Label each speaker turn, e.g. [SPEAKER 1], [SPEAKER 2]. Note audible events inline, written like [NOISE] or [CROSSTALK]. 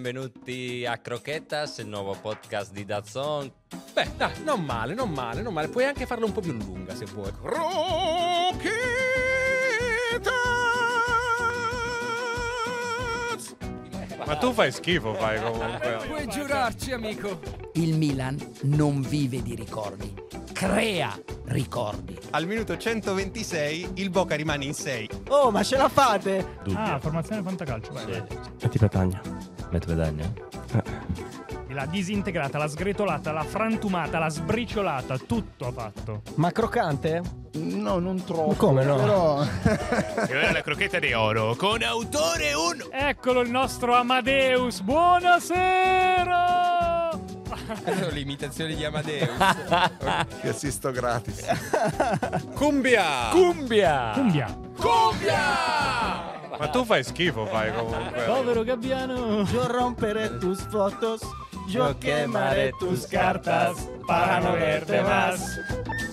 [SPEAKER 1] Benvenuti a Croquetas, il nuovo podcast di Dazzon.
[SPEAKER 2] Beh, dai, non male, non male, non male. Puoi anche farla un po' più lunga se vuoi.
[SPEAKER 3] Croquetas! Ma tu fai schifo, [LAUGHS] fai comunque.
[SPEAKER 4] Puoi giurarci, amico.
[SPEAKER 5] Il Milan non vive di ricordi, crea ricordi.
[SPEAKER 6] Al minuto 126 il Boca rimane in 6.
[SPEAKER 7] Oh, ma ce la fate?
[SPEAKER 8] Ah, formazione fantacalcio. Eh.
[SPEAKER 9] Metti Petagna.
[SPEAKER 1] Metto vedagna.
[SPEAKER 8] La disintegrata, la sgretolata, la frantumata, la sbriciolata, tutto ha fatto.
[SPEAKER 7] Ma croccante?
[SPEAKER 10] No, non troppo.
[SPEAKER 7] Ma come no?
[SPEAKER 10] Però
[SPEAKER 3] E ora la crocchetta di oro con autore un.
[SPEAKER 8] Eccolo il nostro Amadeus. Buonasera!
[SPEAKER 6] L'imitazione di Amadeus.
[SPEAKER 3] Ti assisto gratis.
[SPEAKER 2] Cumbia!
[SPEAKER 1] Cumbia!
[SPEAKER 8] Cumbia.
[SPEAKER 3] Ma tu fai schifo, fai comunque.
[SPEAKER 8] Povero Gabbiano.
[SPEAKER 7] Io rompere tus fotos, yo quemaré tus cartas, para no verte más.